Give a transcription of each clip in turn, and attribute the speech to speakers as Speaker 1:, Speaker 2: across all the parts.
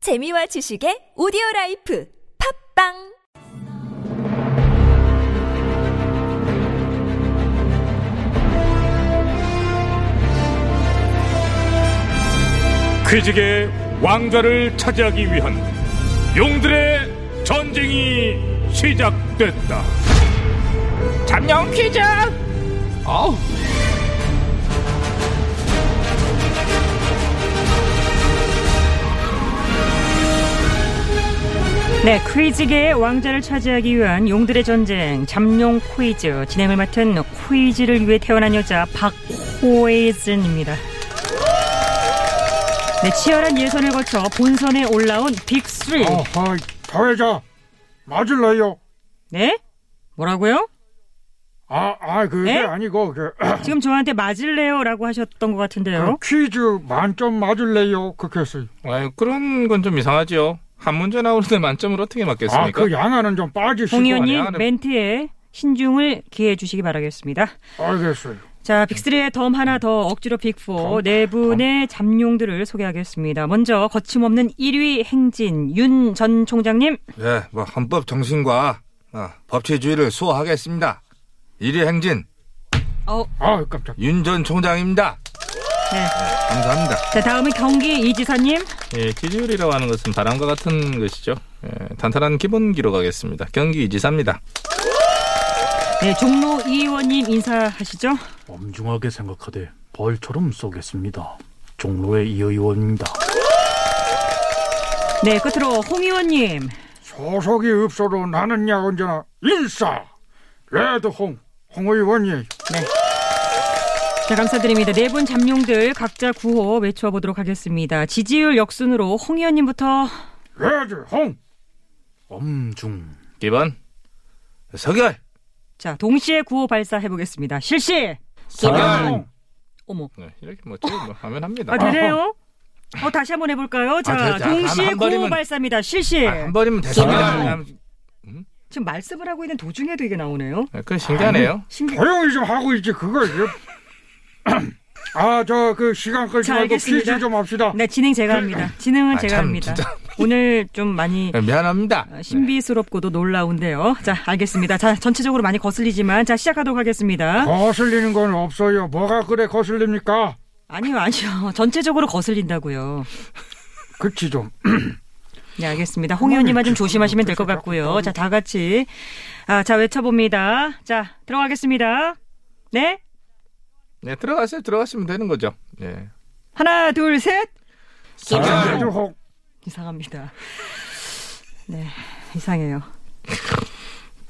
Speaker 1: 재미와 지식의 오디오 라이프 팝빵
Speaker 2: 퀴직의 왕좌를 차지하기 위한 용들의 전쟁이 시작됐다.
Speaker 3: 잠룡 퀴즈 어우
Speaker 4: 네, 퀴즈계의 왕자를 차지하기 위한 용들의 전쟁 잠룡 퀴즈 진행을 맡은 퀴즈를 위해 태어난 여자 박호에즌입니다. 네, 치열한 예선을 거쳐 본선에 올라온 빅3.
Speaker 3: 어.
Speaker 5: 아하, 사회자 맞을래요?
Speaker 4: 네? 뭐라고요?
Speaker 5: 아, 아 그게
Speaker 4: 네?
Speaker 5: 아니고 그,
Speaker 4: 지금 저한테 맞을래요라고 하셨던 것 같은데요.
Speaker 5: 퀴즈 만점 맞을래요? 그렇게 했어요.
Speaker 3: 아유, 그런 건 좀 이상하죠 한 문제 나오는데 만점을 어떻게
Speaker 5: 아,
Speaker 3: 맞겠습니까
Speaker 5: 그 양아는 좀 빠지시고
Speaker 4: 홍 의원님
Speaker 3: 아니야.
Speaker 4: 멘트에 신중을 기해 주시기 바라겠습니다.
Speaker 5: 알겠어요.
Speaker 4: 자, 빅3의 덤 하나 더 억지로 빅4 네 분의 잠룡들을 소개하겠습니다. 먼저 거침없는 1위 행진 윤 전 총장님,
Speaker 6: 예, 뭐 헌법 정신과 어, 법치주의를 수호하겠습니다. 1위 행진
Speaker 4: 어,
Speaker 5: 아, 깜짝.
Speaker 6: 윤 전 총장입니다.
Speaker 4: 네.
Speaker 6: 감사합니다.
Speaker 4: 자, 다음은 경기 이지사님,
Speaker 3: 예, 기지율이라고 하는 것은 바람과 같은 것이죠 예, 단단한 기본기로 가겠습니다 경기 이지사입니다
Speaker 4: 네, 종로 이 의원님 인사하시죠.
Speaker 7: 엄중하게 생각하되 벌처럼 쏘겠습니다. 종로의 이 의원입니다.
Speaker 4: 네, 끝으로 홍 의원님,
Speaker 5: 소속이 없어도 나는야 언제나 인싸. 레드홍 홍 의원이에요.
Speaker 4: 자, 감사드립니다. 네 분 잠룡들 각자 구호 외쳐보도록 하겠습니다. 지지율 역순으로 홍 의원님부터
Speaker 5: 레드홍.
Speaker 7: 엄중.
Speaker 3: 기본
Speaker 6: 서결
Speaker 4: 자, 동시에 구호 발사해보겠습니다. 실시!
Speaker 5: 레드홍.
Speaker 4: 어머,
Speaker 3: 예, 이렇게 뭐지 뭐 하면 합니다
Speaker 4: 아, 되네요? 어, 다시 한번 해볼까요? 자,
Speaker 6: 아, 됐다.
Speaker 4: 동시에
Speaker 6: 한- 한 번이면-
Speaker 4: 구호 발사입니다. 실시!
Speaker 6: 아, 한 번이면 됐습니다.
Speaker 4: 아.
Speaker 6: 음.
Speaker 4: 지금 말씀을 하고 있는 도중에도 이게 나오네요.
Speaker 3: 예, 그건 신기하네요
Speaker 4: 신기.
Speaker 5: 조용히 좀 하고 있지 그걸. 이거. 아, 저 그 시간 끌지
Speaker 4: 자,
Speaker 5: 말고
Speaker 4: 알겠습니다.
Speaker 5: 퀴즈 좀 합시다.
Speaker 4: 네, 진행 제가 합니다. 진행은
Speaker 6: 아,
Speaker 4: 제가
Speaker 6: 참,
Speaker 4: 합니다.
Speaker 6: 진짜.
Speaker 4: 오늘 좀 많이
Speaker 3: 네,
Speaker 6: 예, 미안합니다.
Speaker 4: 어, 신비스럽고도 놀라운데요. 자, 알겠습니다. 자, 전체적으로 많이 거슬리지만 자 시작하도록 하겠습니다.
Speaker 5: 거슬리는 건 없어요. 뭐가 그래 거슬립니까?
Speaker 4: 아니요, 아니요. 전체적으로 거슬린다고요.
Speaker 5: 그치 좀.
Speaker 4: 네, 알겠습니다. 홍 의원님만 좀 조심하시면 될 것 같고요. 자, 다 같이 아, 자 외쳐봅니다. 자, 들어가겠습니다. 네,
Speaker 3: 예, 들어가세요 들어가시면 되는 거죠 예.
Speaker 4: 하나, 둘, 셋.
Speaker 3: 아.
Speaker 5: 레드홍.
Speaker 4: 이상합니다. 네, 이상해요.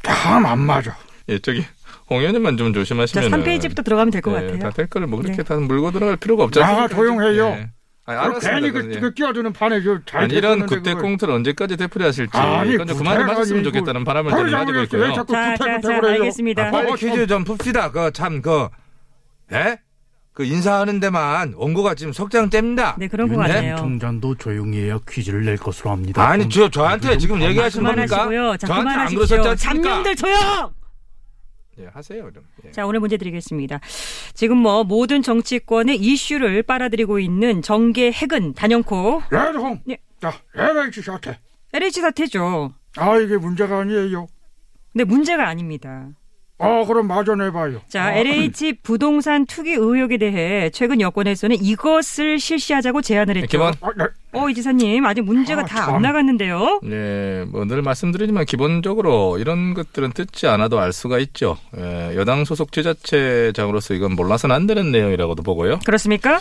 Speaker 5: 참안 맞아.
Speaker 3: 예, 저기 홍 의원님만 좀
Speaker 4: 자,
Speaker 3: 조심하시면
Speaker 4: 3페이지부터 들어가면 될
Speaker 6: 네,
Speaker 4: 것 같아요.
Speaker 3: 다 댓글을 뭐 그렇게
Speaker 4: 네.
Speaker 3: 다 물고 들어갈 필요가 없잖아요 예.
Speaker 5: 나 조용해요.
Speaker 3: 아니,
Speaker 5: 그럼
Speaker 3: 네. 알았습니다.
Speaker 5: 괜히
Speaker 3: 그건,
Speaker 5: 그,
Speaker 3: 예.
Speaker 5: 그 끼어드는 판에 그잘
Speaker 3: 아니, 이런 굽대 꽁트를 언제까지 되풀이하실지 이건 좀 그만 좀 하셨으면 좋겠다는 바람을 저는 가지고
Speaker 5: 왜
Speaker 3: 있고요.
Speaker 5: 자꾸
Speaker 4: 자, 자, 자,
Speaker 5: 구태구태구래요?
Speaker 4: 알겠습니다.
Speaker 6: 아, 빨리
Speaker 5: 어,
Speaker 6: 퀴즈 좀 풉시다. 그 참 그 예? 그 인사하는 데만 원고가 지금 석장째입니다.
Speaker 4: 네, 그런 것
Speaker 6: 윤
Speaker 4: 같네요.
Speaker 7: 총장도 조용히 해야 퀴즈를 낼 것으로 합니다.
Speaker 6: 아니, 저 저한테 지금 얘기하시는 겁니까?
Speaker 4: 그만하시고요. 자,
Speaker 6: 저한테 안 그러셨지
Speaker 4: 그만하십시오.
Speaker 6: 않습니까?
Speaker 4: 잠룡들 조용!
Speaker 3: 예, 하세요. 그럼. 예.
Speaker 4: 자, 오늘 문제 드리겠습니다. 지금 뭐 모든 정치권의 이슈를 빨아들이고 있는 정계 핵은 단연코
Speaker 5: 레드홍.
Speaker 4: 예.
Speaker 5: 자, LH 셔틀.
Speaker 4: LH 사태죠.
Speaker 5: 아 이게 문제가 아니에요.
Speaker 4: 근데 문제가 아닙니다.
Speaker 5: 아 그럼 마저 내봐요.
Speaker 6: 어.
Speaker 4: 자, LH 부동산 투기 의혹에 대해 최근 여권에서는 이것을 실시하자고 제안을 했죠.
Speaker 3: 기본
Speaker 5: 아, 네.
Speaker 4: 어, 이지사님, 아직 문제가
Speaker 5: 아,
Speaker 4: 다
Speaker 5: 참.
Speaker 4: 안 나갔는데요.
Speaker 3: 예, 뭐 늘 말씀드리지만 기본적으로 이런 것들은 듣지 않아도 알 수가 있죠. 예, 여당 소속 지자체장으로서 이건 몰라서는 안 되는 내용이라고도 보고요.
Speaker 4: 그렇습니까?
Speaker 6: 음.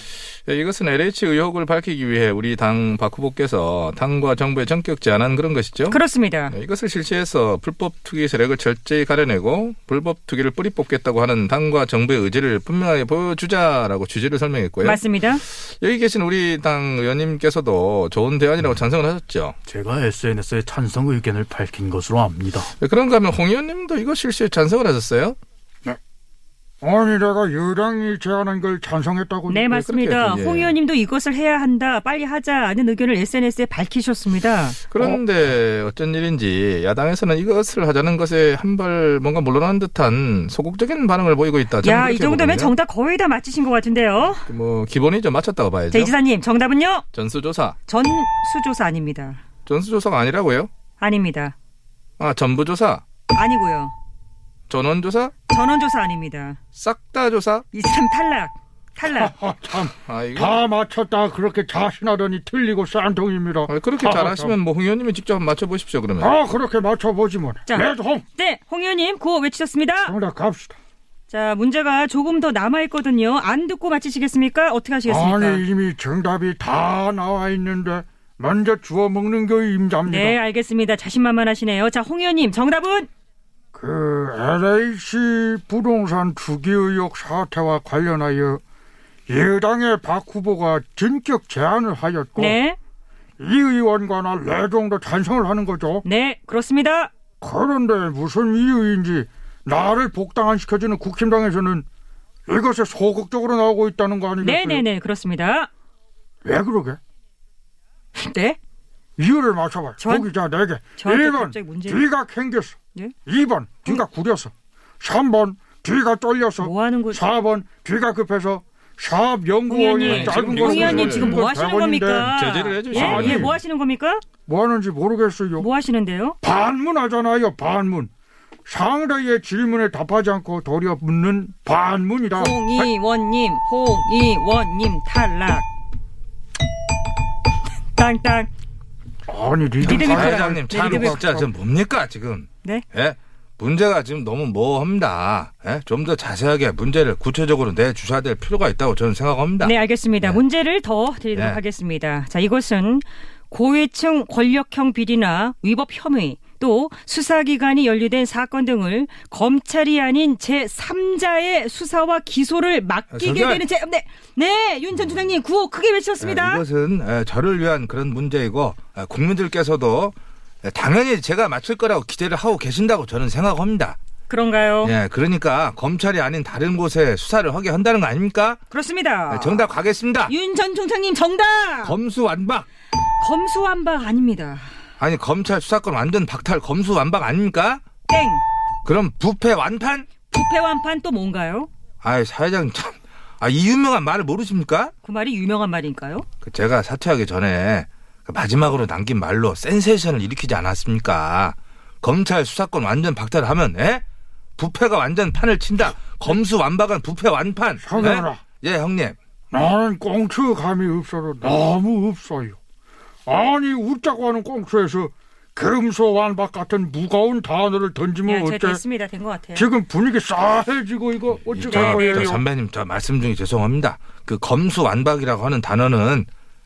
Speaker 3: 예, 이것은 LH 의혹을 밝히기 위해 우리 당 박 후보께서 당과 정부의 전격 제안한 그런 것이죠.
Speaker 4: 그렇습니다.
Speaker 3: 네, 이것을 실시해서 불법 투기 세력을 철저히 가려내고 불법 투기를 뿌리 뽑겠다고 하는 당과 정부의 의지를 분명하게 보여주자라고 취지를 설명했고요.
Speaker 4: 맞습니다.
Speaker 3: 여기 계신 우리 당 의원님께서도 좋은 대안이라고 찬성을 하셨죠.
Speaker 7: 제가 SNS에 찬성 의견을
Speaker 3: 네,
Speaker 7: 밝힌 것으로 압니다.
Speaker 3: 그런가 하면 홍 의원님도 이거 실시에 찬성을 하셨어요?
Speaker 5: 아니 내가 여당일체하는 걸 찬성했다고.
Speaker 4: 네 맞습니다.
Speaker 3: 그렇게 해야죠.
Speaker 4: 홍
Speaker 3: 예.
Speaker 4: 의원님도 이것을 해야 한다, 빨리 하자는 의견을 SNS에 밝히셨습니다.
Speaker 3: 그런데 어? 쩐 일인지 야당에서는 이것을 하자는 것에 한 발 뭔가 물러나는 듯한 소극적인 반응을 보이고 있다. 저는
Speaker 4: 야, 이
Speaker 3: 그렇게
Speaker 4: 정도면
Speaker 3: 보거든요.
Speaker 4: 정답 거의 다 맞히신 것 같은데요.
Speaker 3: 뭐 기본이죠. 맞췄다고
Speaker 4: 자,
Speaker 3: 봐야죠.
Speaker 4: 이지사님, 정답은요?
Speaker 3: 전수조사.
Speaker 4: 전수조사 아닙니다.
Speaker 3: 전수조사가 아니라고요?
Speaker 4: 아닙니다.
Speaker 3: 아 전부조사,
Speaker 4: 아니고요.
Speaker 3: 전원조사,
Speaker 4: 전원조사 아닙니다.
Speaker 3: 싹 다 조사.
Speaker 4: 이 사람 탈락. 탈락.
Speaker 5: 아, 참,
Speaker 3: 아 이거
Speaker 5: 다 맞췄다. 그렇게 자신하더니 틀리고 싼통입니다.
Speaker 3: 아, 그렇게
Speaker 5: 아,
Speaker 3: 잘하시면 뭐 홍 의원님이 직접 맞춰 보십시오 그러면.
Speaker 5: 아, 그렇게 맞춰보지 뭐.
Speaker 4: 자.
Speaker 5: 매종!
Speaker 4: 네, 홍 의원님 구호 외치셨습니다.
Speaker 5: 정답 갑시다.
Speaker 4: 자, 문제가 조금 더 남아있거든요. 안 듣고 맞히시겠습니까? 어떻게 하시겠습니까?
Speaker 5: 아니, 이미 정답이 다 나와 있는데, 먼저 주워 먹는 게 임자입니다.
Speaker 4: 네, 알겠습니다. 자신만만하시네요. 자, 홍 의원님 정답은?
Speaker 5: 그 LH 부동산 투기 의혹 사태와 관련하여 여당의 박 후보가 전격 제안을 하였고
Speaker 4: 네,
Speaker 5: 이 의원과 나 내정도 찬성을 하는 거죠.
Speaker 4: 네, 그렇습니다.
Speaker 5: 그런데 무슨 이유인지 나를 복당안 시켜주는 국힘당에서는 이것에 소극적으로 나오고 있다는 거
Speaker 4: 네,
Speaker 5: 아니겠어요?
Speaker 4: 네, 네, 그렇습니다.
Speaker 5: 왜 그러게?
Speaker 4: 네?
Speaker 5: 이유를 맞춰봐요.
Speaker 4: 전-
Speaker 5: 고기자 내게.
Speaker 4: 저한테
Speaker 5: 1번
Speaker 4: 갑자기 문제를-
Speaker 5: 뒤가 캥겼어.
Speaker 4: 예?
Speaker 5: 2번 뒤가 구렸어. 3번 뒤가 떨려서.
Speaker 4: 뭐 하는 거?
Speaker 5: 4번 뒤가 급해서 샵
Speaker 4: 홍
Speaker 5: 연구원이
Speaker 4: 의원님,
Speaker 5: 짧은
Speaker 4: 홍
Speaker 5: 거
Speaker 4: 의원님 지금 뭐 하시는 겁니까?
Speaker 3: 제재를 해주시면
Speaker 4: 예, 예,
Speaker 5: 돼요.
Speaker 4: 뭐 하시는 겁니까?
Speaker 5: 뭐 하는지 모르겠어요.
Speaker 4: 뭐 하시는데요?
Speaker 5: 반문하잖아요. 반문. 상대의 질문에 답하지 않고 도리어 묻는 반문이다.
Speaker 4: 홍 의원님, 홍 의원님 탈락. 땅땅.
Speaker 5: 아니 리듬
Speaker 4: 리듬이
Speaker 5: 타야-
Speaker 4: 커요.
Speaker 6: 사회장님 참
Speaker 4: 리듬이
Speaker 6: 진짜 전 뭡니까 지금?
Speaker 4: 네?
Speaker 6: 예? 문제가 지금 너무 모호합니다. 예? 좀 더 자세하게 문제를 구체적으로 내 주셔야 될 필요가 있다고 저는 생각합니다. 예,
Speaker 4: 네, 알겠습니다. 문제를 더 드리도록
Speaker 6: 네.
Speaker 4: 하겠습니다. 자, 이것은 고위층 권력형 비리나 위법 혐의 또 수사기관이 연루된 사건 등을 검찰이 아닌 제3자의 수사와 기소를 맡기게
Speaker 6: 아, 잠시만.
Speaker 4: 되는 제 네, 네, 윤 전 주장님 구호 크게
Speaker 6: 예,
Speaker 3: 아,
Speaker 4: 외쳤습니다.
Speaker 6: 이것은 예, 저를 위한 그런 문제이고 예, 국민들께서도 예, 당연히 제가 맞출 거라고 기대를 하고 계신다고 저는 생각합니다.
Speaker 4: 그런가요?
Speaker 6: 예, 그러니까 검찰이 아닌 다른 곳에 수사를 하게 한다는 거 아닙니까?
Speaker 4: 그렇습니다.
Speaker 6: 예, 정답 가겠습니다.
Speaker 4: 윤 전 총장님 정답.
Speaker 6: 검수 완박.
Speaker 4: 검수완박 아닙니다.
Speaker 6: 아니 검찰 수사권 완전 박탈 검수 완박 아닙니까?
Speaker 4: 땡.
Speaker 6: 그럼 부패 완판?
Speaker 4: 부패 완판 또 뭔가요?
Speaker 6: 아이 사회장 참. 아 이 유명한 말을 모르십니까?
Speaker 4: 그 말이 유명한 말인가요?
Speaker 6: 그 제가 사퇴하기 전에 그 마지막으로 남긴 말로 센세이션을 일으키지 않았습니까? 검찰 수사권 완전 박탈을 하면 예? 부패가 완전 판을 친다. 검수 완박한 부패 완판.
Speaker 5: 형님아.
Speaker 6: 예? 예, 형님.
Speaker 5: 나는 꽁트 감이 없어도 너무 없어요. 아니 웃자고 하는 꽁트에서 금소완박 같은 무거운 단어를 던지면
Speaker 4: 야,
Speaker 5: 뭐 어째?
Speaker 4: 네, 제가 됐습니다. 된 것 같아요.
Speaker 5: 지금 분위기 싸해지고 이거 어찌할
Speaker 6: 저, 저
Speaker 5: 거예요?
Speaker 6: 선배님 저 말씀 중에 죄송합니다. 그 검수 완박이라고 하는 단어는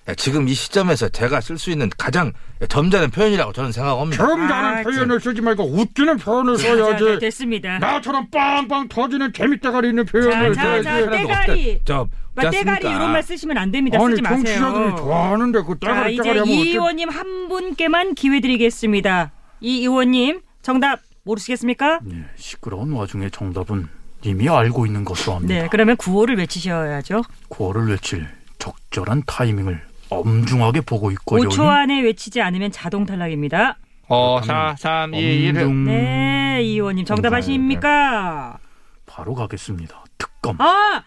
Speaker 3: 예,
Speaker 6: 지금 이 시점에서 제가 쓸 수 있는 가장 점잖은 표현이라고 저는 생각합니다.
Speaker 5: 점잖은
Speaker 4: 아,
Speaker 5: 표현을 쓰지 말고 웃기는 표현을
Speaker 4: 자, 자, 자,
Speaker 5: 써야지.
Speaker 4: 네, 됐습니다.
Speaker 5: 뭐 나처럼 빵빵 터지는 재미대가리 있는 표현을
Speaker 4: 자, 자, 자,
Speaker 5: 써야지.
Speaker 4: 떼가리.
Speaker 6: 저,
Speaker 4: 막 떼가리 이런 말 쓰시면 안 됩니다.
Speaker 5: 아니
Speaker 4: 쓰지 마세요.
Speaker 5: 정치자들이 좋아하는데 그
Speaker 4: 자,
Speaker 5: 떼가리
Speaker 4: 이제
Speaker 5: 떼가리
Speaker 4: 이
Speaker 5: 하면 어째?
Speaker 4: 의원님 한 분께만 기회 드리겠습니다. 이 의원님 정답 모르시겠습니까?
Speaker 7: 예, 시끄러운 와중에 정답은 이미 알고 있는 것으로 합니다.
Speaker 4: 네, 그러면 구호를 외치셔야죠.
Speaker 7: 구호를 외칠 적절한 타이밍을 엄중하게 보고
Speaker 5: 어, 네,
Speaker 7: 있고요.
Speaker 4: 5초 안에 외치지 않으면 자동 탈락입니다.
Speaker 3: 5, 4, 3, 2, 1.
Speaker 7: 엄중
Speaker 5: 음.
Speaker 4: 네, 이 의원님 정답 아십니까?
Speaker 7: 바로 가겠습니다. 특검
Speaker 4: 아,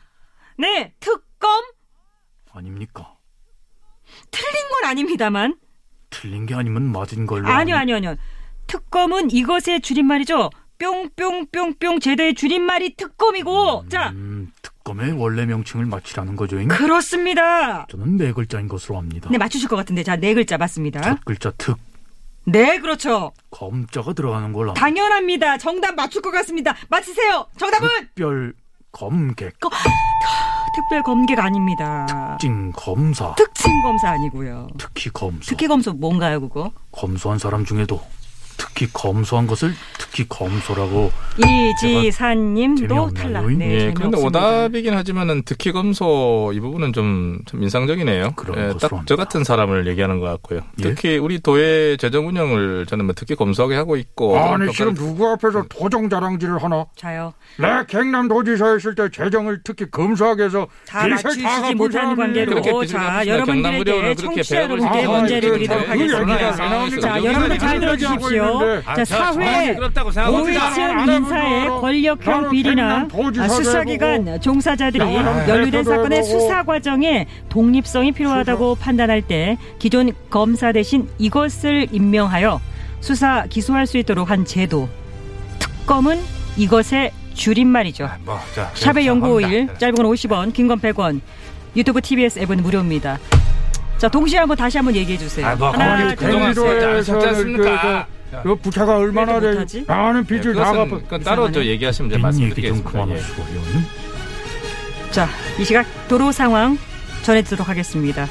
Speaker 4: 네, 특검
Speaker 7: 아닙니까?
Speaker 4: 틀린 건 아닙니다만.
Speaker 7: 틀린 게 아니면 맞은 걸로.
Speaker 4: 아니요,
Speaker 7: 아니-
Speaker 4: 아니요, 아니요. 특검은 이것의 줄임말이죠. 뿅뿅뿅뿅 제도의 줄임말이 특검이고. 자,
Speaker 7: 음, 특검의 원래 명칭을 맞히라는 거죠. 잉?
Speaker 4: 그 그렇습니다.
Speaker 7: 저는 네 글자인 것으로 합니다.
Speaker 4: 네, 맞추실 것 같은데. 자, 네 글자 맞습니다.
Speaker 7: 첫 글자 특
Speaker 4: 네, 그렇죠.
Speaker 7: 검자가 들어가는 걸로 합니다.
Speaker 4: 당연합니다. 정답 맞출 것 같습니다. 맞히세요. 정답은
Speaker 7: 특별 검객
Speaker 4: 특별 검객 아닙니다.
Speaker 7: 진 검사
Speaker 4: 특징 검사 아니고요.
Speaker 7: 특히 검수
Speaker 4: 특혜 검사 뭔가요, 그거?
Speaker 7: 검수한 사람 중에도 특히 검수한 것을 특 특히 검소라고
Speaker 4: 이지사님도
Speaker 7: 아, 재미없나요?
Speaker 4: 탈락. 네,
Speaker 7: 예,
Speaker 3: 예, 그런데
Speaker 4: 재미없습니다.
Speaker 3: 오답이긴 하지만은 득히 검소 이 부분은 좀, 참 인상적이네요.
Speaker 7: 그런
Speaker 3: 예,
Speaker 7: 것으로
Speaker 3: 딱
Speaker 7: 합니다.
Speaker 3: 저 같은 사람을 얘기하는 것 같고요.
Speaker 7: 예?
Speaker 3: 특히 우리 도의 재정 운영을 저는 뭐 특히 검소하게 하고 있고.
Speaker 5: 아니
Speaker 3: 그런
Speaker 5: 지금
Speaker 3: 평가를-
Speaker 5: 누구
Speaker 6: 네.
Speaker 5: 앞에서 도정 자랑질을 하나?
Speaker 4: 자요.
Speaker 5: 내 경남도지사에 있을 때 재정을 특히 검소하게 해서
Speaker 4: 다 맞추시지 못하는 관계로
Speaker 3: 그렇게
Speaker 4: 자
Speaker 3: 드리겠습니다. 경남의료는
Speaker 4: 여러분들에게
Speaker 3: 그렇게
Speaker 4: 청취자
Speaker 3: 배역을
Speaker 4: 여러분께
Speaker 5: 시켜요.
Speaker 4: 문제를
Speaker 3: 예,
Speaker 5: 아,
Speaker 4: 드리도록
Speaker 5: 그
Speaker 4: 하겠습니다.
Speaker 5: 얘기가
Speaker 4: 자,
Speaker 5: 여기서
Speaker 4: 여러분들
Speaker 5: 여기서
Speaker 4: 잘
Speaker 5: 여기서
Speaker 4: 들어주십시오.
Speaker 5: 있는데.
Speaker 4: 자,
Speaker 3: 아, 네.
Speaker 4: 사회
Speaker 6: 그렇다고
Speaker 4: 고위층 인사의 권력형 비리나 아, 수사기관 종사자들이
Speaker 5: 나는
Speaker 4: 연루된
Speaker 5: 대표도
Speaker 4: 사건의
Speaker 5: 해보고.
Speaker 4: 수사 과정에 독립성이 필요하다고 판단할 때 기존 검사 대신 이것을 임명하여 수사 기소할 수 있도록 한 제도 특검은 이것의 줄임말이죠.
Speaker 6: 뭐, 자,
Speaker 3: 그렇죠.
Speaker 4: 샵의 연구오일
Speaker 6: 죄송합니다.
Speaker 4: 짧은 건 50원 긴 건 100원 유튜브 TBS 앱은 무료입니다. 자 동시에 한번 다시 한번 얘기해 주세요.
Speaker 6: 아, 뭐,
Speaker 4: 하나
Speaker 6: 거기
Speaker 4: 둘,
Speaker 6: 그동안 쓰지 않으셨지 않습니까?
Speaker 5: 그 부채가 얼마나
Speaker 4: 그래도
Speaker 5: 돼?
Speaker 4: 못하지?
Speaker 5: 나는
Speaker 3: 예,
Speaker 5: 빚을 다
Speaker 3: 그것은
Speaker 5: 갚아.
Speaker 3: 그건 따로 저 얘기하시면 이제
Speaker 7: 빈 얘기 좀
Speaker 3: 말씀드리겠습니다. 예.
Speaker 7: 그만하시고요.
Speaker 4: 자, 이 시각 도로 상황 전해드리도록 하겠습니다.